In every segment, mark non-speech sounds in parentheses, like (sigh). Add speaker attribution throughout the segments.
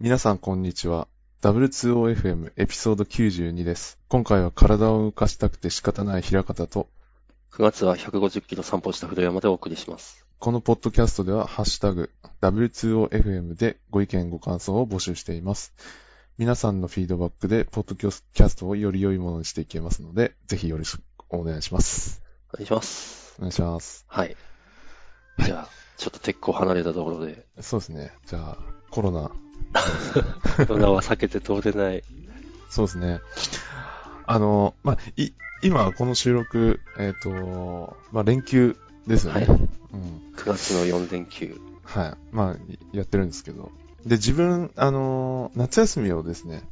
Speaker 1: 皆さんこんにちは。W2OFM エピソード92です。今回は体を動かしたくて仕方ない平方と、
Speaker 2: 9月は150キロ散歩した古山でお送りします。
Speaker 1: このポッドキャストでは、ハッシュタグ、W2OFM でご意見ご感想を募集しています。皆さんのフィードバックで、ポッドキャストをより良いものにしていけますので、ぜひよろしくお願いします。
Speaker 2: お願いします。
Speaker 1: お願いします。
Speaker 2: はい。じゃあ、ちょっと鉄鋼離れたところで。
Speaker 1: そうですね。じゃあ、コロナ。
Speaker 2: コロナは避けて通れない。、
Speaker 1: そうですね。あの、まあ、い、今、この収録、えっ、ー、と、まあ、連休ですよね。はい、うん
Speaker 2: 9月の4連休。
Speaker 1: はい。まあ、やってるんですけど。で、自分、あの、夏休みをですね、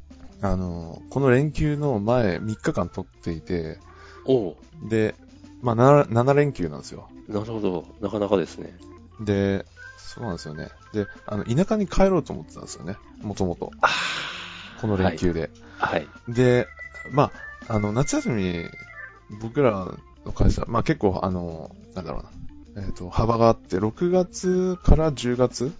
Speaker 1: あの、この連休の前3日間取っていて、
Speaker 2: お
Speaker 1: で、まあ7、7連休なんですよ。
Speaker 2: なるほど。なかなかですね。
Speaker 1: で、そうなんですよね。で、あの、田舎に帰ろうと思ってたんですよね。もともと。この連休で、。
Speaker 2: はい。はい
Speaker 1: で、まあ、あの、夏休み、僕らの会社、まあ結構、あの、なんだろうな。えっ、ー、と、幅があって、6月から10月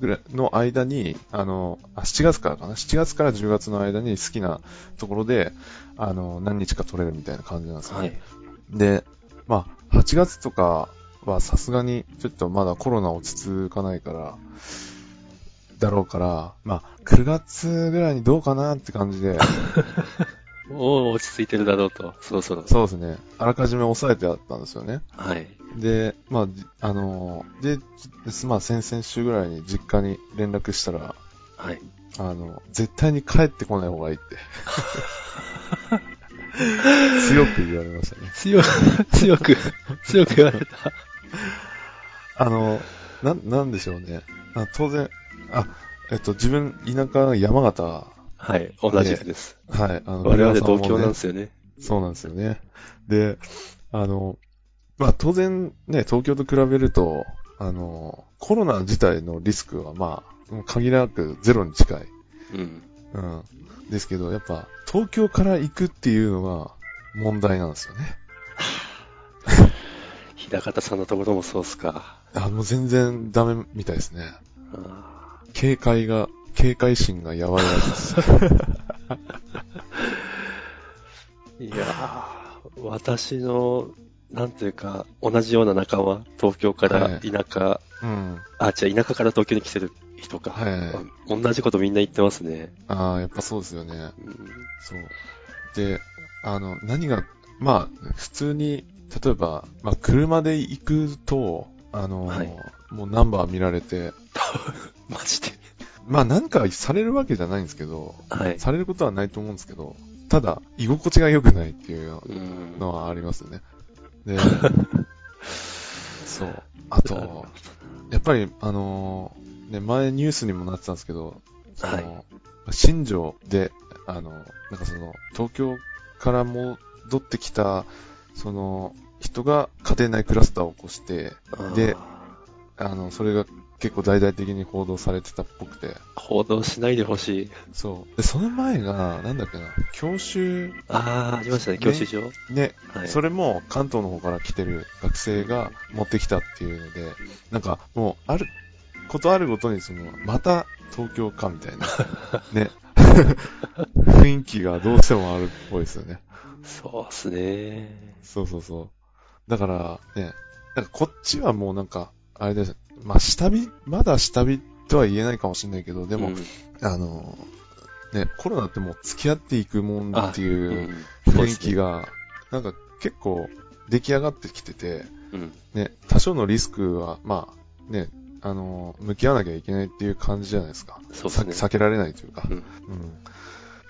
Speaker 1: ぐらいの間に、はい、あのあ、7月からかな ?7 月から10月の間に好きなところで、あの、何日か取れるみたいな感じなんですよね。はい、で、まあ、8月とかはさすがに、ちょっとまだコロナ落ち着かないから、だろうから、まあ、9月ぐらいにどうかなって感じ (laughs) で。
Speaker 2: もう落ち着いてるだろうと、そろそろ。
Speaker 1: そうですね。あらかじめ抑えてあったんですよね。
Speaker 2: はい。
Speaker 1: で、まあ、あの、で、まあ、先々週ぐらいに実家に連絡したら、
Speaker 2: はい。
Speaker 1: あの、絶対に帰ってこない方がいいって。 (laughs) 強く言われましたね。
Speaker 2: 強、強く、強く言われた。
Speaker 1: あの、な、なんでしょうね。あ当然、あ、えっと、自分、田舎山形。
Speaker 2: はい、同じです。
Speaker 1: はい、あの、
Speaker 2: 我々同郷なんですよね、ね、
Speaker 1: そうなんですよね。で、あの、まあ当然ね、東京と比べると、あの、コロナ自体のリスクはまあ、限りなくゼロに近い。
Speaker 2: うん。
Speaker 1: うん。ですけど、やっぱ、東京から行くっていうのが問題なんですよね。
Speaker 2: 平方さんのところもそうっすか。
Speaker 1: あ、もう全然ダメみたいですね。警戒が、警戒心がやばいらしいです。 (laughs)、
Speaker 2: いや私の、なんというか、同じような仲間、東京から田舎、は
Speaker 1: う
Speaker 2: い
Speaker 1: ん、
Speaker 2: あ、違う、田舎から東京に来てる人か。
Speaker 1: はい、
Speaker 2: 同じことみんな言ってますね。
Speaker 1: ああ、やっぱそうですよね、うん。そう。で、あの、何が、まあ、普通に、例えば、まあ、車で行くと、あの、はい、もうナンバー見られて。
Speaker 2: マジで。
Speaker 1: まあ、なんかされるわけじゃないんですけど、
Speaker 2: はい、
Speaker 1: されることはないと思うんですけど、ただ、居心地が良くないっていうのはありますね。で、 (laughs) そう。あと、やっぱり、あのね、前ニュースにもなってたんですけど、その、はい、新庄で、あの、なんかその、東京から戻ってきた、その、人が家庭内クラスターを起こして、で、あの、それが結構大々的に報道されてたっぽくて。
Speaker 2: 報道しないでほしい。
Speaker 1: そう。で、その前が、なんだっけな、教習。
Speaker 2: ああ、ありましたね、教習所。
Speaker 1: ね、はい、それも関東の方から来てる学生が持ってきたっていうので、なんかもう、ある、ことあるごとに、その、また東京かみたい (laughs) な。ね。雰囲気がどうしてもあるっぽいですよね。
Speaker 2: そうっすね。
Speaker 1: そうそうそう。だから、ね、なんかこっちはもうなんか、あれです。まあ、下火、まだ下火とは言えないかもしれないけど、でも、うん、あの、ね、コロナってもう付き合っていくもんっていう雰囲気が、なんか結構出来上がってきてて、
Speaker 2: うん、
Speaker 1: ね、多少のリスクは、まあ、ね、あの、向き合わなきゃいけないっていう感じじゃないですか。
Speaker 2: そうですね。
Speaker 1: 避けられないというか。
Speaker 2: うん。うん、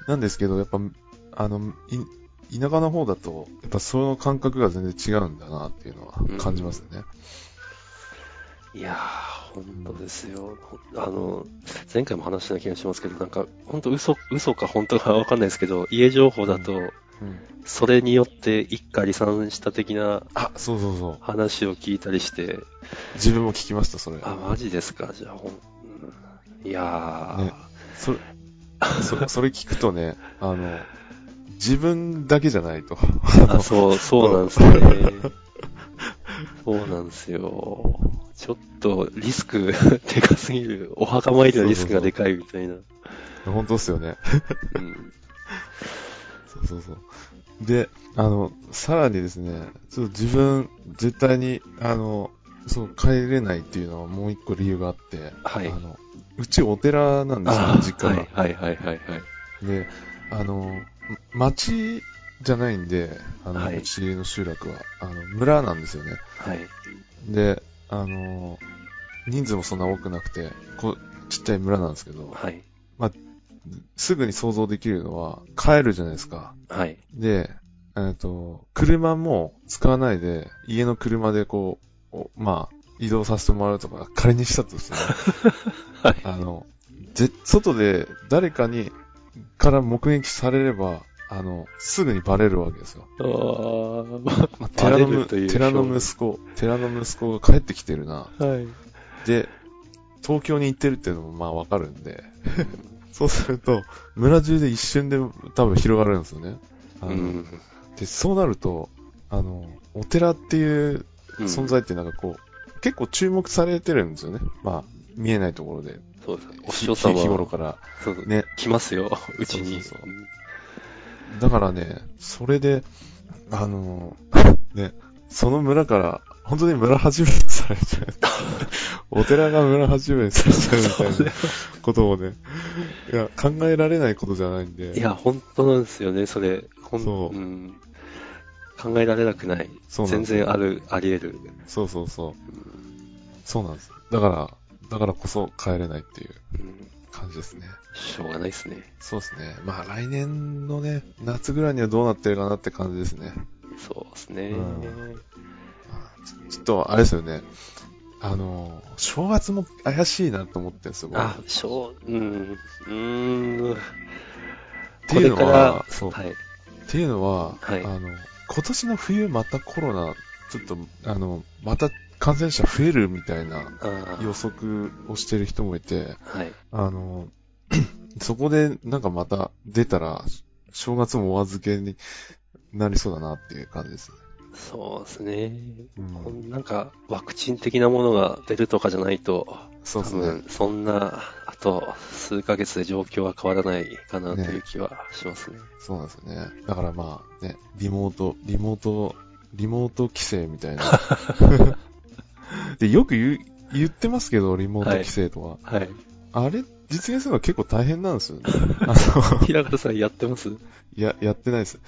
Speaker 1: なんですけど、やっぱ、あの、い、田舎の方だと、やっぱその感覚が全然違うんだなっていうのは感じますね。うん
Speaker 2: いやー、本当ですよ。あの、前回も話したような気がしますけど、なんか、本当嘘、嘘か本当かわかんないですけど、家情報だと、うんうん、それによって一家離散した的な、
Speaker 1: あ、そうそうそう。
Speaker 2: 話を聞いたりして。
Speaker 1: 自分も聞きました、それ。
Speaker 2: あ、マジですか、じゃあ、ほん、いやー。ね、
Speaker 1: それ、そ (laughs) それ聞くとね、あの、自分だけじゃないと。 (laughs)
Speaker 2: あ、そう、そうなんですね。そうなんですよ。ちょっとリスクでかすぎる。お墓参りのリスクがでかいみたいな。
Speaker 1: 本当っすよね。
Speaker 2: うん
Speaker 1: そうそうそう。で、あの、さらにですね、ちょっと自分、絶対に、あの、そう、帰れないっていうのはもう一個理由があって、
Speaker 2: はい
Speaker 1: あ。の、うちお寺なんですよ、実家が。
Speaker 2: はいはいはいはいはい。
Speaker 1: で、あの、ま町じゃないんで、あの、
Speaker 2: はいう
Speaker 1: ちの集落は、あの、村なんですよね。
Speaker 2: はい。
Speaker 1: で、あの、人数もそんな多くなくて、こう、ちっちゃい村なんですけど、
Speaker 2: はい。
Speaker 1: すぐに想像できるのは、帰るじゃないですか。
Speaker 2: はい。
Speaker 1: で、えっと、車も使わないで、家の車でこう、おまあ、移動させてもらうとか、仮にしたとして
Speaker 2: (laughs)
Speaker 1: ね
Speaker 2: はい
Speaker 1: あの、ぜ、外で誰かに、から目撃されれば、あの、すぐにバレるわけですよ。
Speaker 2: あー
Speaker 1: まあ、
Speaker 2: バ
Speaker 1: 寺
Speaker 2: レ
Speaker 1: の
Speaker 2: る
Speaker 1: む、
Speaker 2: という
Speaker 1: 寺の息子、寺の息子が帰ってきてるな。
Speaker 2: はい。
Speaker 1: で、東京に行ってるっていうのもまあわかるんで、 (laughs) そうすると、村中で一瞬で多分広がるんですよね。あ
Speaker 2: う
Speaker 1: の
Speaker 2: ん。
Speaker 1: で、そうなると、あの、お寺っていう
Speaker 2: うん
Speaker 1: 存。在ってなんかこう、結構注目されてるんですよね。まあ、見えないところで。
Speaker 2: そうです。お
Speaker 1: ひ
Speaker 2: 師匠様。
Speaker 1: 日頃から。
Speaker 2: そうそう
Speaker 1: ね。
Speaker 2: 来ますよ、うちに。
Speaker 1: そうそうだからね、それで、あの、 (laughs) ね、その村から、本当に村初めにされち
Speaker 2: (laughs)
Speaker 1: ゃう。お寺が村初めにされちゃうみたい
Speaker 2: (laughs)
Speaker 1: なことをね、いや、考えられないことじゃないんで。
Speaker 2: いや、本当なんですよね、それ。ほん、
Speaker 1: そうん
Speaker 2: 考えられなくない。
Speaker 1: そうなん
Speaker 2: 全
Speaker 1: です
Speaker 2: 然ある、あり得る。
Speaker 1: そうそうそう。そうなんです。だから、だからこそ帰れないっていう
Speaker 2: うん、
Speaker 1: 感じですね。
Speaker 2: しょうがないですね。
Speaker 1: そうですね。まあ来年のね、夏ぐらいにはどうなってるかなって感じですね。
Speaker 2: そうですね。
Speaker 1: うんちちょっと、あれですよね。あの、正月も怪しいなと思ってるんですよ、僕
Speaker 2: あ、しょう、うん、うーん。
Speaker 1: ていうのは
Speaker 2: これから
Speaker 1: そう
Speaker 2: はい。
Speaker 1: っていうのは、
Speaker 2: はい
Speaker 1: あの、今年の冬またコロナ、ちょっと、あの、また感染者増えるみたいな
Speaker 2: あー
Speaker 1: 予測をしてる人もいて、
Speaker 2: はい。
Speaker 1: あの、 (clears throat) そこでなんかまた出たら、正月もお預けになりそうだなっていう感じですね。
Speaker 2: そうですね。
Speaker 1: うん
Speaker 2: こんなんか、ワクチン的なものが出るとかじゃないと、
Speaker 1: そうです
Speaker 2: 多
Speaker 1: ね
Speaker 2: 分。そんな、あと数ヶ月で状況は変わらないかなという気はしますね。
Speaker 1: そうなんですよね。だからまあね、リモート、リモート、リモート規制みたい
Speaker 2: (laughs)
Speaker 1: な。で、よく言う言ってますけど、リモート規制とは。 (laughs)
Speaker 2: はい。
Speaker 1: あれ、実現するのは結構大変なんですよね。あの、 (laughs)
Speaker 2: 平方さんやってます (laughs)
Speaker 1: や、やってないです。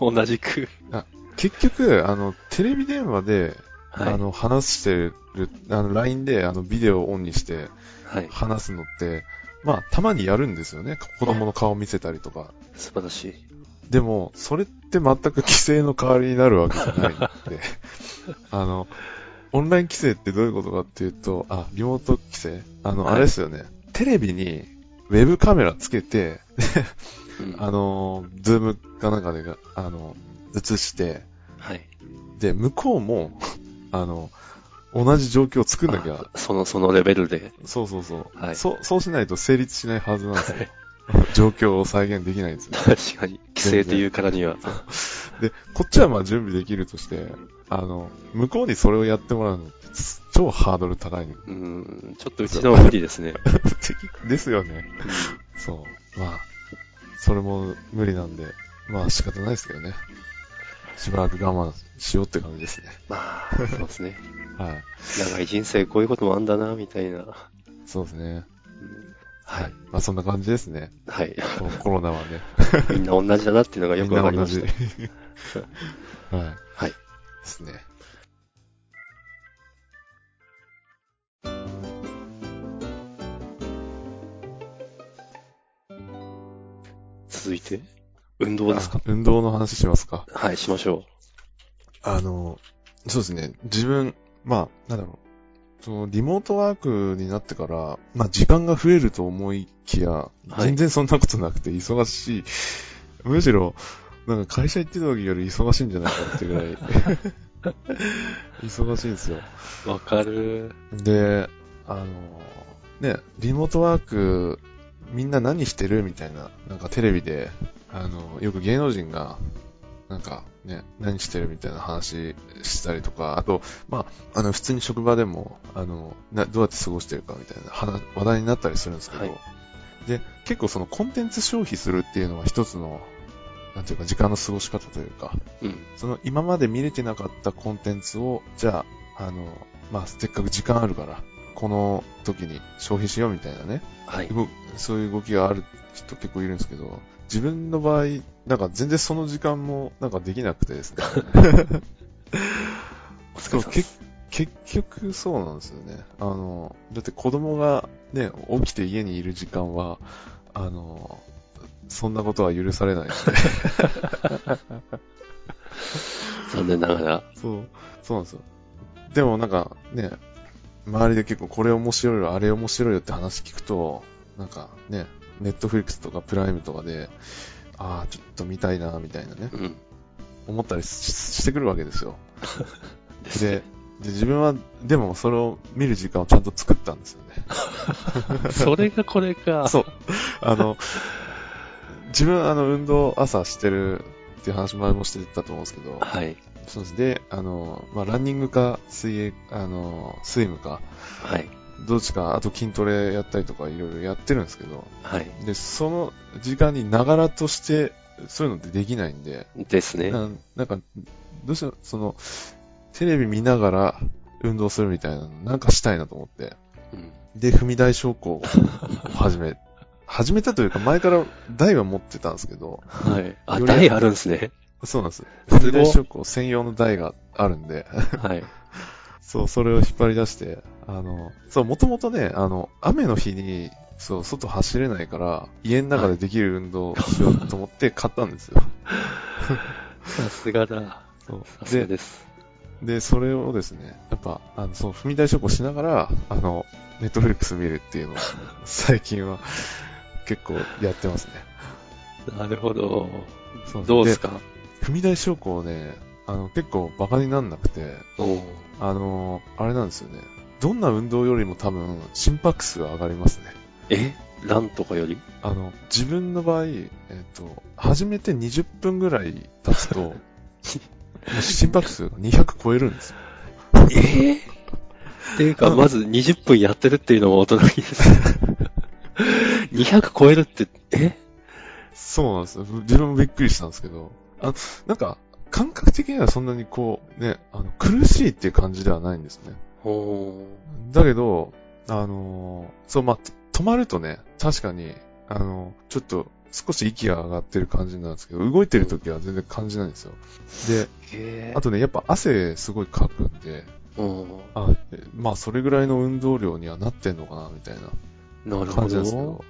Speaker 2: 同じく。
Speaker 1: 結局、あの、テレビ電話で、
Speaker 2: はい。
Speaker 1: あの、話してる、あの、LINE で、あの、ビデオをオンにして
Speaker 2: はい。
Speaker 1: 話すのって、まあ、たまにやるんですよね。子供の顔見せたりとか。
Speaker 2: 素晴らしい。
Speaker 1: でも、それって全く規制の代わりになるわけじゃないん
Speaker 2: (laughs)
Speaker 1: で、あの、オンライン規制ってどういうことかっていうと、あ、リモート規制あの、
Speaker 2: はい
Speaker 1: あれですよね。テレビに、ウェブカメラつけて、 (laughs)
Speaker 2: うん
Speaker 1: あの、ズームかなんかでが、あの、映して、
Speaker 2: はい。
Speaker 1: で、向こうも、 (laughs) あの、同じ状況を作んなきゃ、
Speaker 2: あその、そのレベルで。 (laughs)
Speaker 1: そうそうそう、
Speaker 2: はい
Speaker 1: そう、そうしないと成立しないはずなんですよ。
Speaker 2: はい
Speaker 1: 状況を再現できないんですよ。
Speaker 2: 確かに。規制というからには。
Speaker 1: で、こっちはまあ準備できるとして、あの、向こうにそれをやってもらうのって、つ超ハードル高いの
Speaker 2: うん。ちょっとうちのは無理です
Speaker 1: (laughs)
Speaker 2: ね。
Speaker 1: ですよね。そう。まあ、それも無理なんで、まあ仕方ないですけどね。しばらく我慢しようって感じですね。
Speaker 2: まあ、そうですね。
Speaker 1: はい。
Speaker 2: 長い人生こういうこともあんだな、みたいな。
Speaker 1: そうですね。
Speaker 2: うん
Speaker 1: はい。まあそんな感じですね。 (laughs)
Speaker 2: はい。
Speaker 1: このコロナはね。
Speaker 2: みんな同じだなっていうのがよ
Speaker 1: みん
Speaker 2: くわ
Speaker 1: な
Speaker 2: かり
Speaker 1: 同
Speaker 2: まし
Speaker 1: じ。
Speaker 2: た
Speaker 1: は。い。
Speaker 2: (laughs)
Speaker 1: はい。
Speaker 2: はい
Speaker 1: ですね。
Speaker 2: 続いて、運動ですか
Speaker 1: あ運動の話しますか。
Speaker 2: はい、しましょ
Speaker 1: あの、そうですね。自分、まあ、なんだろう。その、リモートワークになってから、まあ、時間が増えると思いきや、
Speaker 2: い
Speaker 1: 全然そんなことなくて忙しい。むしろ、なんか会社行ってた時より忙しいんじゃないかってぐらい。忙しいんですよ。
Speaker 2: う。わかる。
Speaker 1: で、あの、ね、リモートワーク、みんな何してるみたいな、なんかテレビで、あの、よく芸能人が、なんかね、何してるみたいな話したりとか、あと、まあ、あの、普通に職場でも、あの、などうやって過ごしてるかみたいな話話題になったりするんですけど、
Speaker 2: はい
Speaker 1: で、結構そのコンテンツ消費するっていうのは一つの、なんていうか、時間の過ごし方というか、
Speaker 2: うん。
Speaker 1: その今まで見れてなかったコンテンツを、じゃあ、あの、まあ、せっかく時間あるから、この時に消費しようみたいなね、
Speaker 2: はい。
Speaker 1: 動そういう動きがある人結構いるんですけど、自分の場合、なんか全然その時間もなんかできなくてですね。
Speaker 2: (laughs) お疲
Speaker 1: そ
Speaker 2: れ
Speaker 1: う
Speaker 2: 様で
Speaker 1: け
Speaker 2: す。
Speaker 1: 結局そうなんですよね。あの、だって子供がね、起きて家にいる時間は、あの、そんなことは許されないので。
Speaker 2: 残念ながら。
Speaker 1: そう、そうなんですよ。でもなんかね、周りで結構これ面白いよ、あれ面白いよって話聞くと、なんかね、ネットフリックスとかプライムとかで、ああ、ちょっと見たいな、みたいなね、
Speaker 2: うん。
Speaker 1: 思ったりししてくるわけですよ。
Speaker 2: です
Speaker 1: で
Speaker 2: ね。、
Speaker 1: で自分は、でもそれを見る時間をちゃんと作ったんですよね。
Speaker 2: (laughs) それがこれか。
Speaker 1: そう。あ
Speaker 2: (laughs)
Speaker 1: の、自分、あの、運動朝してるっていう話前もしてたと思うんですけど、
Speaker 2: はい。
Speaker 1: そうです。で、あの、まあ、ランニングか、水泳、あの、スイムか、
Speaker 2: はい。
Speaker 1: どっちか、あと筋トレやったりとかいろいろやってるんですけど、
Speaker 2: はい。
Speaker 1: で、その時間にながらとして、そういうのってできないんで、
Speaker 2: ですね。
Speaker 1: ななんか、どうしても、その、テレビ見ながら運動するみたいなの、なんかしたいなと思って、
Speaker 2: うん。
Speaker 1: で、踏み台昇降を始め、始めたというか、前から台は持ってたんですけど、
Speaker 2: はい。あ、
Speaker 1: より
Speaker 2: 台あるんですね。
Speaker 1: そうなんです。
Speaker 2: ごい
Speaker 1: 踏み台昇降専用の台があるんで、
Speaker 2: (laughs) はい。
Speaker 1: そう、それを引っ張り出して、あの、そう、もともとね、あの、雨の日に、そう、外走れないから、家の中でできる運動をしようと思
Speaker 2: (laughs)
Speaker 1: って買ったんですよ。
Speaker 2: さすがだ。
Speaker 1: そう
Speaker 2: さす
Speaker 1: で、
Speaker 2: がです。
Speaker 1: で、それをですね、やっぱ、あの、そう、踏み台昇降しながら、あの、ネットフリックス見るっていう
Speaker 2: (laughs)
Speaker 1: のを、最近は、結構やってますね。
Speaker 2: なるほど。
Speaker 1: そう
Speaker 2: どうですか
Speaker 1: 踏み台昇降ね、あの、結構バカになんなくて、
Speaker 2: おー
Speaker 1: あの、あれなんですよね。どんな運動よりも多分、心拍数が上がりますね。
Speaker 2: えランとかより
Speaker 1: あの、自分の場合、えっ、と、初めて20分ぐらい経 (laughs) つと、もう心拍数が200超えるんですよ。
Speaker 2: ええっていうか、まず20分やってるっていうのも驚き (laughs) です。200超えるって、え
Speaker 1: そうなんですよ。自分もびっくりしたんですけど、あなんか、感覚的にはそんなにこう、ね、あの、苦しいっていう感じではないんですね。
Speaker 2: おー
Speaker 1: だけど、あのーそう、まあ、止まるとね、確かに、あのちょっと、少し息が上がってる感じなんですけど、動いてる時は全然感じないんですよ。で、
Speaker 2: えー
Speaker 1: あとね、やっぱ汗すごいかくんで、
Speaker 2: うん
Speaker 1: あえまあ、それぐらいの運動量にはなってんのかな、みたい
Speaker 2: なる
Speaker 1: な
Speaker 2: ほ
Speaker 1: 感じなんですけ
Speaker 2: ど
Speaker 1: ど。。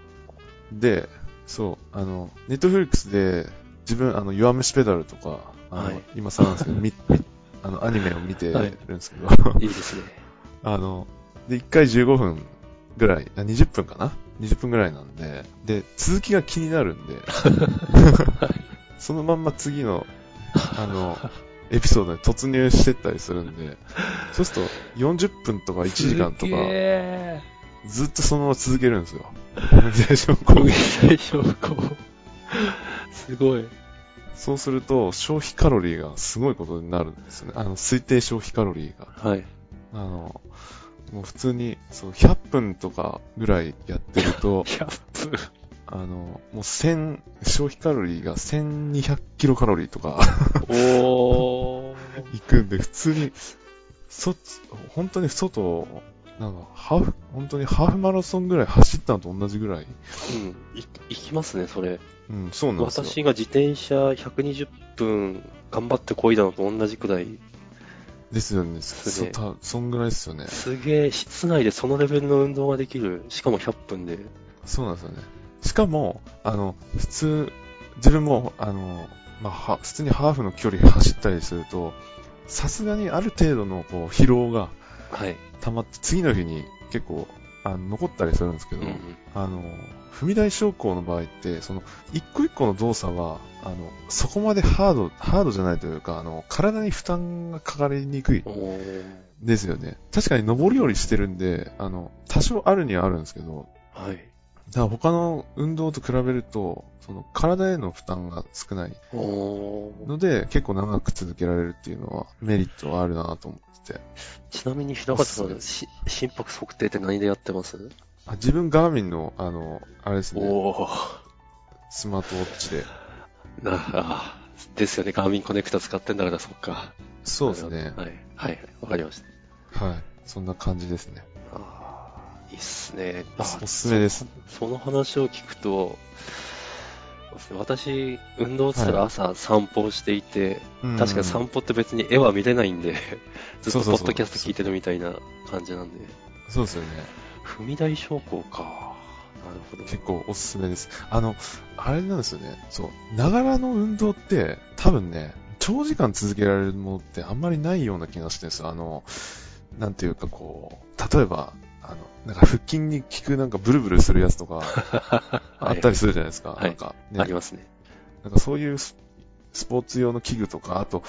Speaker 1: で、そう、あの、ネットフリックスで、自分、あの、弱虫ペダルとか、あの、
Speaker 2: はい
Speaker 1: 今更なんですけど、み、みあの、アニメを見て
Speaker 2: は
Speaker 1: る
Speaker 2: い
Speaker 1: んですけど、
Speaker 2: いいですね。
Speaker 1: あの、で、1回15分ぐらい、あ20分かな ?20 分ぐらいなんで、で、続きが気になるんで、そのまんま次の、あの、エピソードに突入してったりするんで、そうすると40分とか1時間と
Speaker 2: すげ
Speaker 1: か、
Speaker 2: え
Speaker 1: ずっとそのまま続けるんですよ。コミュニケーション
Speaker 2: 小
Speaker 1: 攻撃
Speaker 2: 食い症候すごい。
Speaker 1: そうすると、消費カロリーがすごいことになるんですよね。あの、推定消費カロリーが。
Speaker 2: はい。、
Speaker 1: あの、もう普通に、そう、100分とかぐらいやってると
Speaker 2: 100分。
Speaker 1: あの、もう1000、消費カロリーが1200キロカロリーとか (laughs)
Speaker 2: おー。
Speaker 1: いくんで、普通に、そ、本当に外を、なんか、ハーフ、本当にハーフマラソンぐらい走ったのと同じぐらい。
Speaker 2: うん。い、いきますね、それ。
Speaker 1: うん、そうなんですよ。
Speaker 2: 私が自転車120分頑張ってこいだのと同じくらい
Speaker 1: ですよね。
Speaker 2: す
Speaker 1: そ、
Speaker 2: げえ
Speaker 1: た、そんぐらいですよね。
Speaker 2: すげえ、室内でそのレベルの運動ができる。しかも100分で。
Speaker 1: そうなんですよね。しかも、あの、普通、自分も、あの、まあ、は普通にハーフの距離走ったりすると、さすがにある程度のこう疲労が
Speaker 2: はい。
Speaker 1: 溜まって、次の日に結構あの残ったりするんですけ
Speaker 2: う
Speaker 1: ど、
Speaker 2: んうん。
Speaker 1: あの、踏み台昇降の場合って、その、一個一個の動作は、あの、そこまでハード、ハードじゃないというか、あの、体に負担がかかりにくい
Speaker 2: おー
Speaker 1: ですよね。確かに上り下りしてるんで、あの、多少あるにはあるんですけど、
Speaker 2: はい。
Speaker 1: だから他の運動と比べると、その体への負担が少ない
Speaker 2: おー
Speaker 1: ので、結構長く続けられるっていうのはメリットはあるなと思ってて。
Speaker 2: ちなみに平方さん、し心拍測定って何でやってます
Speaker 1: あ自分、ガーミンの、あの、あれですね、
Speaker 2: おおー
Speaker 1: スマートウォッチで。
Speaker 2: なあー、ですよね。ガーミンコネクタ使ってんだから、そっか。
Speaker 1: そうですね。
Speaker 2: はい。はい。わかりました。
Speaker 1: はい。そんな感じですね。
Speaker 2: あーいいっすね。
Speaker 1: お
Speaker 2: あ
Speaker 1: すすめです。
Speaker 2: その話を聞くと、私、運動っつったら朝散歩をしていて、
Speaker 1: うん
Speaker 2: 確か散歩って別に絵は見れない
Speaker 1: (laughs)
Speaker 2: んで、ず
Speaker 1: そ
Speaker 2: っ
Speaker 1: う
Speaker 2: と
Speaker 1: そ
Speaker 2: ポ
Speaker 1: うそう
Speaker 2: ッドキャスト聞いてるみたいな感じなんで。
Speaker 1: そうですよね。
Speaker 2: 踏み台昇降か。なるほど。
Speaker 1: 結構おすすめです。あの、あれなんですよね。そう。ながらの運動って、多分ね、長時間続けられるものってあんまりないような気がしてるんですよ。あの、なんていうかこう、例えば、あの、なんか腹筋に効くなんかブルブルするやつ
Speaker 2: (laughs)
Speaker 1: とか、あったりするじゃないですか。
Speaker 2: はい
Speaker 1: なんか、ね
Speaker 2: あり、ますね。
Speaker 1: なんかそういうススポーツ用の器具とか、あと、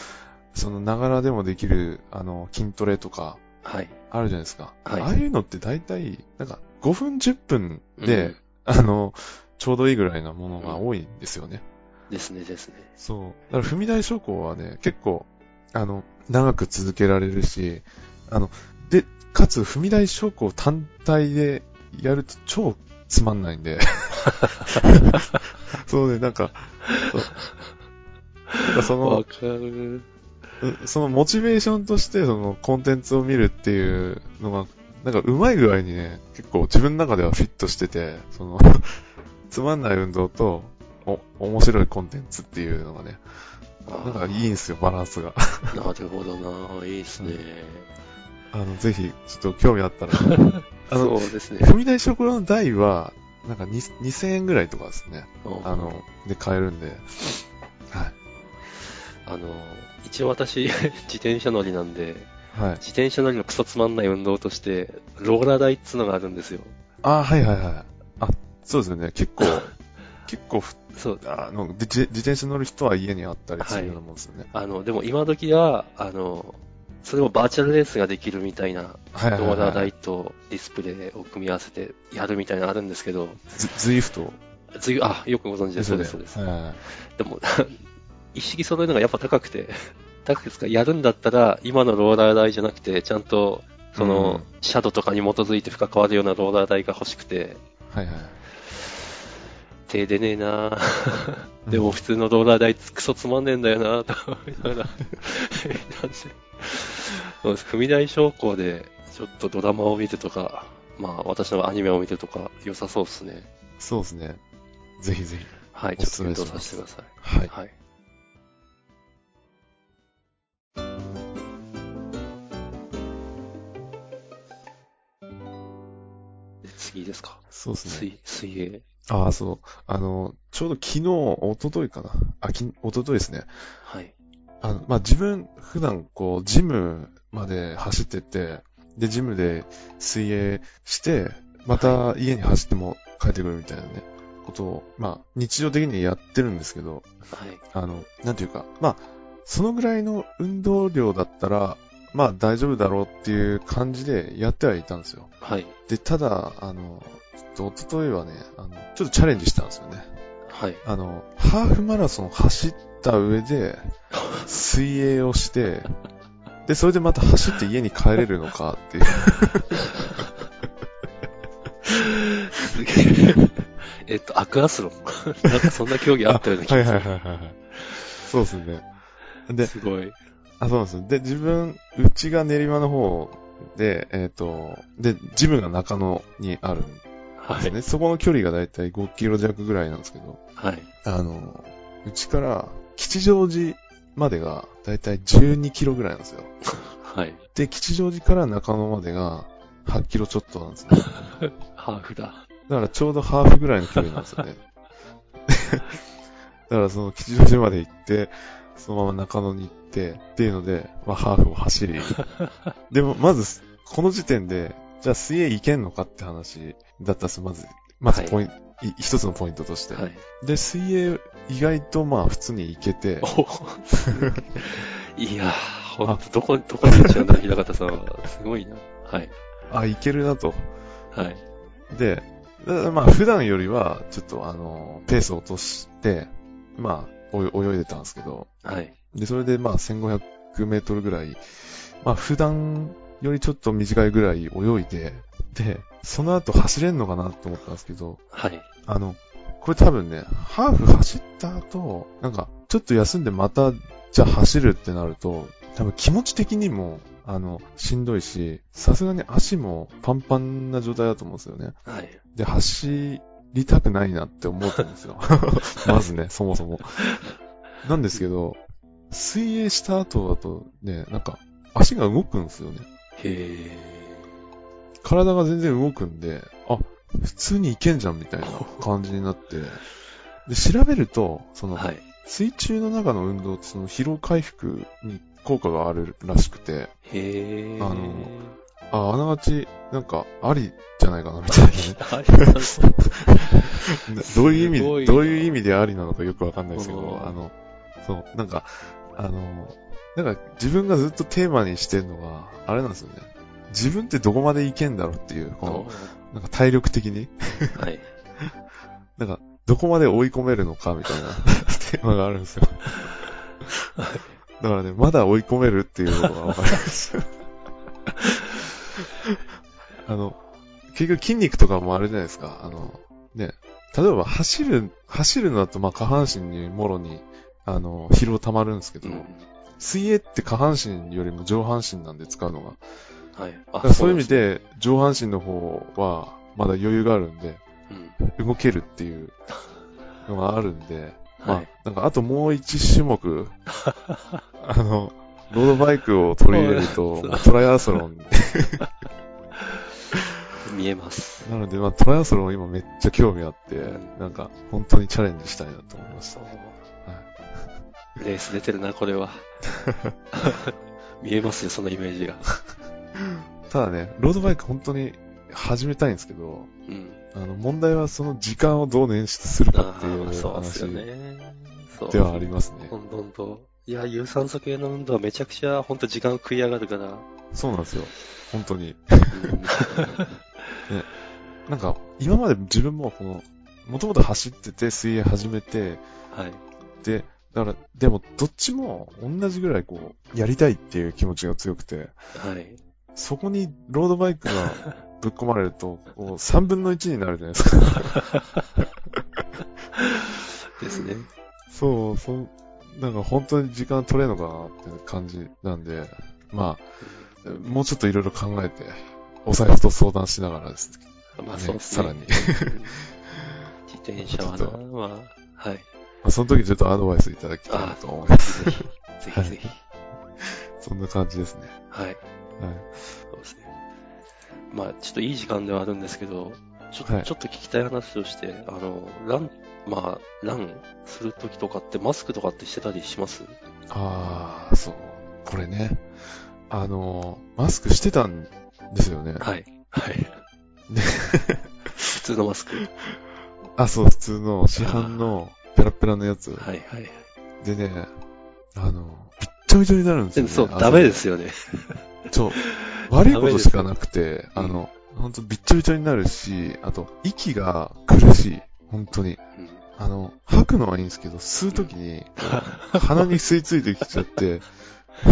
Speaker 1: そのながらでもできる、あの、筋トレとか、
Speaker 2: はい。
Speaker 1: あるじゃないですか。
Speaker 2: はい
Speaker 1: ああいうのって大体、なんか5分10分で、
Speaker 2: うん
Speaker 1: あの、ちょうどいいぐらいなものが多いんですよね。
Speaker 2: ですね、ですね。
Speaker 1: そう。だから踏み台昇降はね、結構、あの、長く続けられるし、あの、で、かつ踏み台昇降単体でやると超つまんないん (laughs) で。そうね、なんか、そうなんかその
Speaker 2: わ、かる。
Speaker 1: うそのモチベーションとして、そのコンテンツを見るっていうのが、なんかうまい具合にね、結構自分の中ではフィットしてて、その、 (laughs) つまんない運動と、お、面白いコンテンツっていうのがね、なんかいいんですよ、バランスが。 (laughs)
Speaker 2: なるほどな。いいですね。
Speaker 1: あの、ぜひ、ちょっと興味あったら。あ
Speaker 2: そ
Speaker 1: の、
Speaker 2: うですね。
Speaker 1: 踏み台食の台は、なんかに2000円ぐらいとかですね。あ
Speaker 2: あ
Speaker 1: の、で買えるんで。はい。
Speaker 2: あの、一応私、 (laughs) 自転車乗りなんで、
Speaker 1: はい。
Speaker 2: 自転車乗りのクソつまんない運動として、ローラー台っつうのがあるんですよ。
Speaker 1: あー、はいはいはい。あ、そうですよね。結構、結構ふ
Speaker 2: そう。
Speaker 1: あので自自転車乗る人は家にあったりするようなもんですよね。
Speaker 2: あの、でも今時は、あの、それをバーチャルレースができるみたいな、
Speaker 1: はいは
Speaker 2: ロ
Speaker 1: いは
Speaker 2: ー
Speaker 1: い、
Speaker 2: ラー台とディスプレイを組み合わせてやるみたいなのあるんですけど、
Speaker 1: ズズイフト
Speaker 2: 次、あ、よくご存知で。
Speaker 1: ですす
Speaker 2: そ
Speaker 1: よ
Speaker 2: うで
Speaker 1: ね。
Speaker 2: す、そうです。
Speaker 1: はいはいはい
Speaker 2: でも、 (laughs) 一式揃えるのがやっぱ高くて、 (laughs) 高くてですか、やるんだったら、今のローラー台じゃなくて、ちゃんと、その、シャドウとかに基づいて負荷変わるようなローラー台が欲しくて、
Speaker 1: はいはい。
Speaker 2: 手出ねえなぁでも普通のローラー台クソつまんねえんだよなぁと思いながら、 (laughs) なんでそうです踏み台昇降で、ちょっとドラマを見るとか、まあ私のアニメを見るとか、良さそうですね。
Speaker 1: そうですね。ぜひぜひ。
Speaker 2: はい、
Speaker 1: お
Speaker 2: ちょ
Speaker 1: す
Speaker 2: っ
Speaker 1: す
Speaker 2: と
Speaker 1: めし
Speaker 2: 検
Speaker 1: ます
Speaker 2: 討させてください。
Speaker 1: はい。
Speaker 2: はい。で次ですか。
Speaker 1: そうですね。
Speaker 2: 水水泳。
Speaker 1: ああ、そう。あの、ちょうど昨日、一昨日かな。あ、き一昨日ですね。
Speaker 2: はい。
Speaker 1: あの、まあ、自分、普段、こう、ジムまで走ってって、で、ジムで水泳して、また家に走っても帰ってくるみたいなね、ことを、まあ、日常的にやってるんですけど、
Speaker 2: はい。
Speaker 1: あの、なんていうか、まあ、そのぐらいの運動量だったら、まあ大丈夫だろうっていう感じでやってはいたんですよ。
Speaker 2: はい。
Speaker 1: で、ただ、あの、ちょっと一昨日はね、あの、ちょっとチャレンジしたんですよね。
Speaker 2: はい。
Speaker 1: あの、ハーフマラソン走った上で、水泳をして、で、それでまた走って家に帰れるのかっていう。
Speaker 2: すげえ。 (laughs) えっと、アクアスロン。 (laughs) なんかそんな競技あったような気
Speaker 1: はい
Speaker 2: が
Speaker 1: は
Speaker 2: す
Speaker 1: い
Speaker 2: る。
Speaker 1: はいはいはい。そうですね。で、
Speaker 2: すごい。
Speaker 1: あ、そうなんですよ。で、自分、うちが練馬の方で、えっ、と、で、ジムが中野にあるんで
Speaker 2: は
Speaker 1: す
Speaker 2: い。
Speaker 1: ね。そこの距離がだいたい5キロ弱ぐらいなんですけど、
Speaker 2: はい。
Speaker 1: あの、うちから吉祥寺までがだいたい12キロぐらいなんですよ。
Speaker 2: はい。
Speaker 1: で、吉祥寺から中野までが8キロちょっとなんですね。
Speaker 2: ハーフだ。
Speaker 1: だからちょうどハーフぐらいの距離なんですよ
Speaker 2: (laughs)
Speaker 1: ね。だからその吉祥寺まで行って、そのまま中野に行って、っていうので、まあハーフを走り。
Speaker 2: (laughs)
Speaker 1: でもまず、この時点で、じゃあ水泳行けんのかって話だったんですまず、まずポイント、い一つのポイントとして。
Speaker 2: はい。
Speaker 1: で、水泳意外とまあ普通に行けて
Speaker 2: お、ーすごいいやー、ほんと、どこ、どこに行っちゃうんだ、平方さんは。すごいな。はい。
Speaker 1: あ、行けるなと。
Speaker 2: はい。
Speaker 1: で、だからまあ普段よりは、ちょっとあの、ペースを落として、まあ、お泳いでたんですけど、
Speaker 2: はい。
Speaker 1: で、それでまあ1500メートルぐらい、まあ普段よりちょっと短いぐらい泳いで、で、その後走れんのかなと思ったんですけど、
Speaker 2: はい。
Speaker 1: あの、これ多分ね、ハーフ走った後、なんか、ちょっと休んでまた、じゃあ走るってなると、多分気持ち的にも、あの、しんどいし、さすがに足もパンパンな状態だと思うんですよね。
Speaker 2: はい。
Speaker 1: で、走りたくないなって思ったんです
Speaker 2: (laughs)
Speaker 1: よ。まずね、そもそも。なんですけど、水泳した後だとね、なんか、足が動くんですよね。
Speaker 2: へ
Speaker 1: 体が全然動くんで、あ、普通にいけんじゃんみたいな感じになって、で、調べると、そ
Speaker 2: ー。
Speaker 1: の、
Speaker 2: はい。
Speaker 1: 水中の中の運動ってその疲労回復に効果があるらしくて、
Speaker 2: へー。
Speaker 1: あのあ、あながち、なんか、ありじゃないかなみたいなね。
Speaker 2: ありがとうございます
Speaker 1: どういう意味
Speaker 2: すごい
Speaker 1: で、
Speaker 2: な
Speaker 1: どういう意味でありなのかよくわかんないですけ
Speaker 2: うん
Speaker 1: ど、あの、そう、なんか、あの、なんか自分がずっとテーマにしてるのが、あれなんですよね。自分ってどこまでいけんだろうっていう、この、なんか体力的に、
Speaker 2: はい。
Speaker 1: なんか、どこまで追い込めるのかみたい (laughs) なテーマがあるんですよ。だからね、まだ追い込めるっていうのがわかります。あの、結局筋肉とかもあれじゃないですか。あの、ね、例えば走る、走るのだとまあ下半身にもろに、あの、疲労溜まるんですけ
Speaker 2: う
Speaker 1: ど、
Speaker 2: ん。
Speaker 1: 水泳って下半身よりも上半身なんで使うのが。
Speaker 2: はい。
Speaker 1: だか
Speaker 2: あ
Speaker 1: らそういう意味。で、上半身の方はまだ余裕があるんで、
Speaker 2: そうなんです
Speaker 1: 動けるっていうのがあるんで、
Speaker 2: うん。は
Speaker 1: ま
Speaker 2: い。
Speaker 1: あ、なんかあともう一種
Speaker 2: (laughs)
Speaker 1: 目、あの、ロードバイクを取り入れると、もうトライアス
Speaker 2: (laughs)
Speaker 1: ロン。
Speaker 2: 見えます。
Speaker 1: なので、まあトライアスロン今めっちゃ興味あって、なんか本当にチャレンジしたいなと思いました。
Speaker 2: レース出てるな、こ
Speaker 1: (laughs)
Speaker 2: れは。見えますよ、そのイメージが。
Speaker 1: ただね、ロードバイク本当に始めたいんですけど、
Speaker 2: うん。
Speaker 1: あの、問題はその時間をどう捻出するか
Speaker 2: あ
Speaker 1: っていう
Speaker 2: あ、そうですよ
Speaker 1: 話
Speaker 2: ね。そう。
Speaker 1: ではありますね。
Speaker 2: ほんとほんと。いや、有酸素系の運動はめちゃくちゃ、ほんと時間食い上がるから。
Speaker 1: そうなんですよ。本当に。 (laughs)
Speaker 2: うん
Speaker 1: なんか、今まで自分もこの、もともと走ってて水泳始めて、
Speaker 2: はい。
Speaker 1: で、だから、でも、どっちも同じぐらいこう、やりたいっていう気持ちが強くて、
Speaker 2: はい。
Speaker 1: そこにロードバ (laughs) イクがぶっ込まれると、こう、3分の1になるじゃないですか。
Speaker 2: ですね。
Speaker 1: (laughs) そう、そう、なんか本当に時間取れるのかなって感じなんで、まあ、もうちょっといろいろ考えて、お財布と相談しながらですね。
Speaker 2: まあ、そうです
Speaker 1: さ
Speaker 2: ね
Speaker 1: らに。ま
Speaker 2: 自転車は
Speaker 1: ち
Speaker 2: な、
Speaker 1: ょっと
Speaker 2: まあ、
Speaker 1: (laughs)
Speaker 2: はい。
Speaker 1: あその時ちょっとアドバイスいただきたいなと思います。
Speaker 2: ぜひ、ぜひぜひ。
Speaker 1: そんな感じですね。
Speaker 2: はい。
Speaker 1: はい。
Speaker 2: そうですね。まあ、ちょっといい時間ではあるんですけど、ちょっと、
Speaker 1: はい
Speaker 2: ちょっと聞きたい話をして、あの、ラン、まあ、ランするときとかってマスクとかってしてたりします
Speaker 1: ああ、そう。これね。あの、マスクしてたんですよね。
Speaker 2: はい。はい。
Speaker 1: ね
Speaker 2: 普通のマスク。はい
Speaker 1: あ、そう、普通の市販のペラペラのやつ。
Speaker 2: はいはい。
Speaker 1: でね、あの、びっちょびちょになるんです
Speaker 2: で
Speaker 1: よ、
Speaker 2: も
Speaker 1: ね。
Speaker 2: そう、
Speaker 1: あの
Speaker 2: ダメで。すよね。
Speaker 1: そう。悪いことしかなくて、
Speaker 2: ダ
Speaker 1: あ
Speaker 2: メですよ
Speaker 1: の、ほんとびっちょびちょになるし、あと、息が苦しい。本当に。
Speaker 2: うん
Speaker 1: あの、吐くのはいいんですけど、吸うときに、鼻に吸い付いてきちゃって、 (laughs)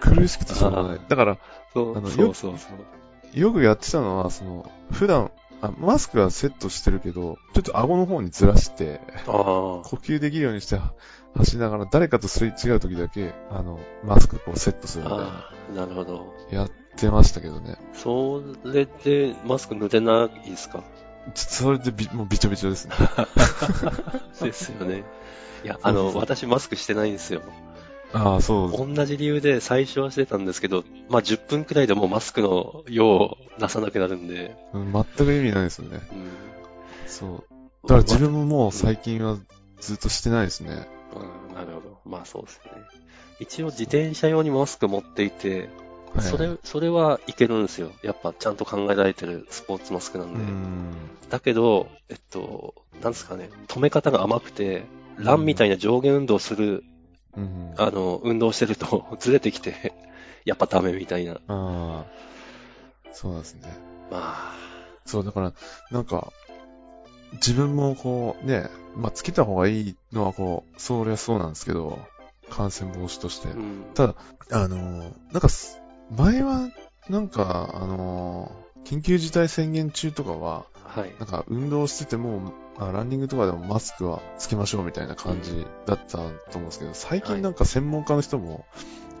Speaker 1: 苦しくてしょうがない。だから、
Speaker 2: そ
Speaker 1: あの
Speaker 2: うそ
Speaker 1: よ
Speaker 2: うそ
Speaker 1: (laughs)
Speaker 2: うそう。
Speaker 1: よくやってたのは、その、普段、あマスクはセットしてるけど、ちょっと顎の方にずらして、
Speaker 2: あ
Speaker 1: 呼吸できるようにしては走りながら、誰かとすれ違う時だけ、あの、マスクこうセットする
Speaker 2: あ。
Speaker 1: みたいな。
Speaker 2: ああ、なるほど。
Speaker 1: やってましたけどね。
Speaker 2: それでマスク濡れないですか
Speaker 1: ちそれでび、もうびちょびちょ
Speaker 2: (laughs)
Speaker 1: ですね。
Speaker 2: ですよね。いや、
Speaker 1: そ
Speaker 2: あ
Speaker 1: うそうそう
Speaker 2: の、私マスクしてないんですよ。
Speaker 1: ああ、そうです。
Speaker 2: 同じ理由で最初はしてたんですけど、まあ10分くらいでもうマスクの用をなさなくなるんで、
Speaker 1: うん全く意味ないですよね。
Speaker 2: うん。
Speaker 1: そう。だから自分ももう最近はずっとしてないですね。
Speaker 2: まあ、なるほど。まあそうですね。一応自転車用にマスク持っていて、
Speaker 1: はい、
Speaker 2: それ、それはいけるんですよ。やっぱちゃんと考えられてるスポーツマスクなん
Speaker 1: う
Speaker 2: で。
Speaker 1: ん。
Speaker 2: だけど、えっと、なんですかね、止め方が甘くて、ランみたいな上下運動する、
Speaker 1: うん。
Speaker 2: あの、運動してると (laughs) ずれてきて、やっぱダメみたいな。
Speaker 1: ああ。そうなんですね。
Speaker 2: まあ、
Speaker 1: そう、だから、なんか、自分もこうね、まあ、つけた方がいいのはこう、そりゃそうなんですけど、感染防止として。
Speaker 2: うん
Speaker 1: ただ、あのーなんかす、前は、なんか、あのー緊急事態宣言中とかは、
Speaker 2: はい。
Speaker 1: なんか運動してても、あランニングとかでもマスクはつけましょうみたいな感じだったと思うんですけど、最
Speaker 2: はい
Speaker 1: 近なんか専門家の人も、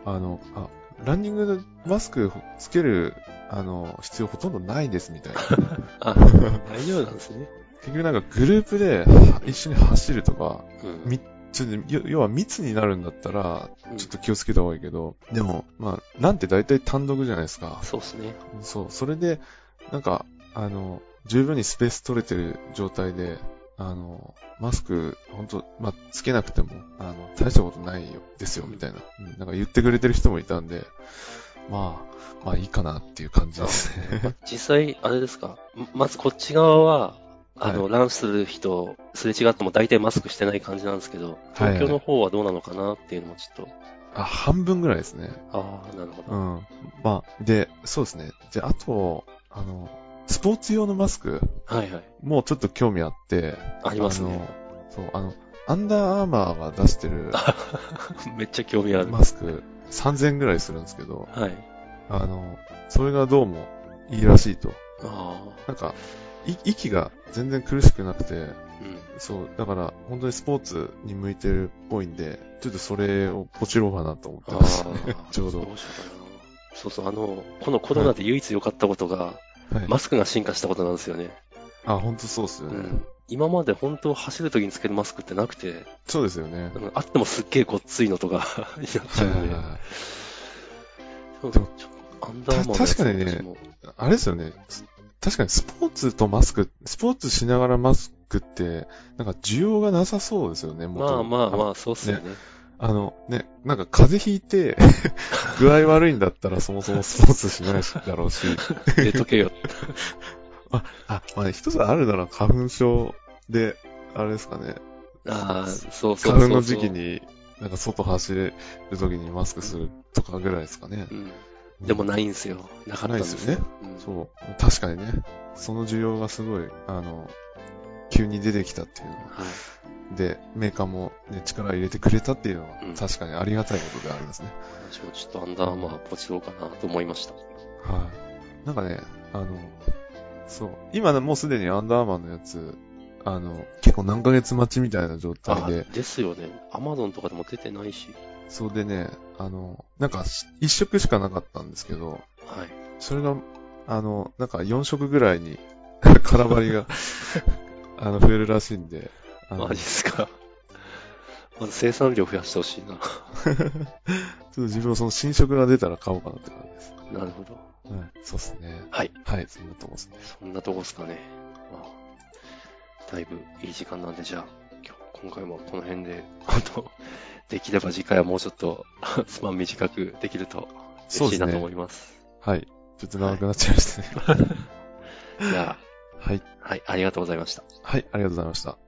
Speaker 1: あの、あ、ランニングでマスクつける、あの、必要ほとんどないですみたいな。
Speaker 2: あ、大丈夫なんですね。
Speaker 1: 結局なんかグループで一緒に走るとか、
Speaker 2: うん
Speaker 1: みちょっとよ要は密になるんだったら、
Speaker 2: うん
Speaker 1: ちょっと気をつけた方がいいけど、でも、まあ、なんて大体単独じゃないですか。
Speaker 2: そうですね。
Speaker 1: そう、それで、なんか、あの、十分にスペース取れてる状態で、あの、マスク、本当まあ、つけなくても、あの、大したことないよ、ですよ、みたいな、うんなんか言ってくれてる人もいたんで、まあ、まあいいかなっていう感じですね。
Speaker 2: 実際、あれですか、んまずこっち側は、あの、
Speaker 1: は
Speaker 2: ランする人、すれ違っても大体マスクしてない感じなんですけど、東京の方はどうなのかなっていうのもちょっと、
Speaker 1: (laughs) あ、半分ぐらいですね。
Speaker 2: ああ、なるほ
Speaker 1: う
Speaker 2: ど。
Speaker 1: ん。まあ、で、そうですね。で、あと、あの、スポーツ用のマスク、
Speaker 2: はいはい。
Speaker 1: もうちょっと興味あって、
Speaker 2: ありますね。
Speaker 1: あのそう、あの、アンダーアーマーが出してる、
Speaker 2: (laughs) めっちゃ興味ある。
Speaker 1: マスク3000円ぐらいするんですけど、
Speaker 2: はい。
Speaker 1: あの、それがどうもいいらしいと。
Speaker 2: あ
Speaker 1: なんか、い息が全然苦しくなくて、
Speaker 2: あ、うん。
Speaker 1: そう、だから本当にスポーツに向いてるっぽいんで、ちょっとそれをポチろうかなと思って
Speaker 2: あ
Speaker 1: ます。
Speaker 2: あ、
Speaker 1: (laughs) ちょうど
Speaker 2: どうしようかな。そうそう、あの、このコロナで唯一良かったことが、
Speaker 1: はい。
Speaker 2: マスクが進化したことなんですよね。
Speaker 1: あ、本当そうっすよ
Speaker 2: う
Speaker 1: ね。
Speaker 2: ん。今まで本当走るときにつけるマスクってなくて、
Speaker 1: そうですよね
Speaker 2: う。んあってもすっげえごっついのとか (laughs) になっち
Speaker 1: は
Speaker 2: ゃ
Speaker 1: い
Speaker 2: うん
Speaker 1: はい
Speaker 2: で。
Speaker 1: はい。
Speaker 2: そう
Speaker 1: でも
Speaker 2: ちょアンダーマンのや
Speaker 1: た
Speaker 2: つ
Speaker 1: 確かにね
Speaker 2: 私も
Speaker 1: あれですよね。す確かにスポーツとマスク、スポーツしながらマスクって、なんか需要がなさそうですよね、
Speaker 2: まあまあまあ、そうっすよね。
Speaker 1: あのね、なんか風邪ひいて、 (laughs) 具合悪いんだったらそもそもスポーツしないだろうし、
Speaker 2: 出と
Speaker 1: (laughs)
Speaker 2: けよ。
Speaker 1: あ、まあね、一つあるなら花粉症で、あれですかね、
Speaker 2: ああ、そうそうそうそう。
Speaker 1: 花粉の時期。に、なんか外走れる時にマスクするとかぐらいですかね
Speaker 2: う。ん。でもないんすよ。なかったんですよ。
Speaker 1: ない
Speaker 2: うん
Speaker 1: そう、確かにね、その需要がすごい、あの、急に出てきたっていうのは
Speaker 2: はい。
Speaker 1: で、メーカーも、ね、力入れてくれたっていうのは
Speaker 2: うん、
Speaker 1: 確かにありがたいことでありますね。
Speaker 2: 私もちょっとアンダーアーマーポチろうかなと思いました。
Speaker 1: はい。なんかね、あの、そう。今ね、もうすでにアンダーアーマーのやつ、あの、結構何ヶ月待ちみたいな状態で、
Speaker 2: あですよね。アマゾンとかでも出てないし。
Speaker 1: それでね、あの、なんかし一色しかなかったんですけど、
Speaker 2: はい。
Speaker 1: それが、あの、なんか四色ぐらいに、 (laughs) 空張
Speaker 2: (laughs)
Speaker 1: りが、あの、増えるらしいんで、あの、
Speaker 2: マジっ
Speaker 1: ち
Speaker 2: すか。
Speaker 1: (laughs)
Speaker 2: まず生産量増やしてほしいな。
Speaker 1: ょっと自分はその新色が出たら買おうかなって感じです。
Speaker 2: なるほど。
Speaker 1: はい。そうですね。
Speaker 2: はい。
Speaker 1: はい、そんなとこですね。
Speaker 2: そんなとこですかね。まあ、だいぶいい時間なんで、じゃあ、今日今回もこの辺で、あの、 (laughs) できれば次回はもうちょっと、 (laughs) スパン短くできると
Speaker 1: そ
Speaker 2: 嬉
Speaker 1: う
Speaker 2: し
Speaker 1: で
Speaker 2: い
Speaker 1: す
Speaker 2: なと思
Speaker 1: ね。
Speaker 2: います。
Speaker 1: はい。ちょっと長くなっちゃいましたね。
Speaker 2: じゃ
Speaker 1: はい。
Speaker 2: あ、はい、ありがとうございました。
Speaker 1: はい、ありがとうございました。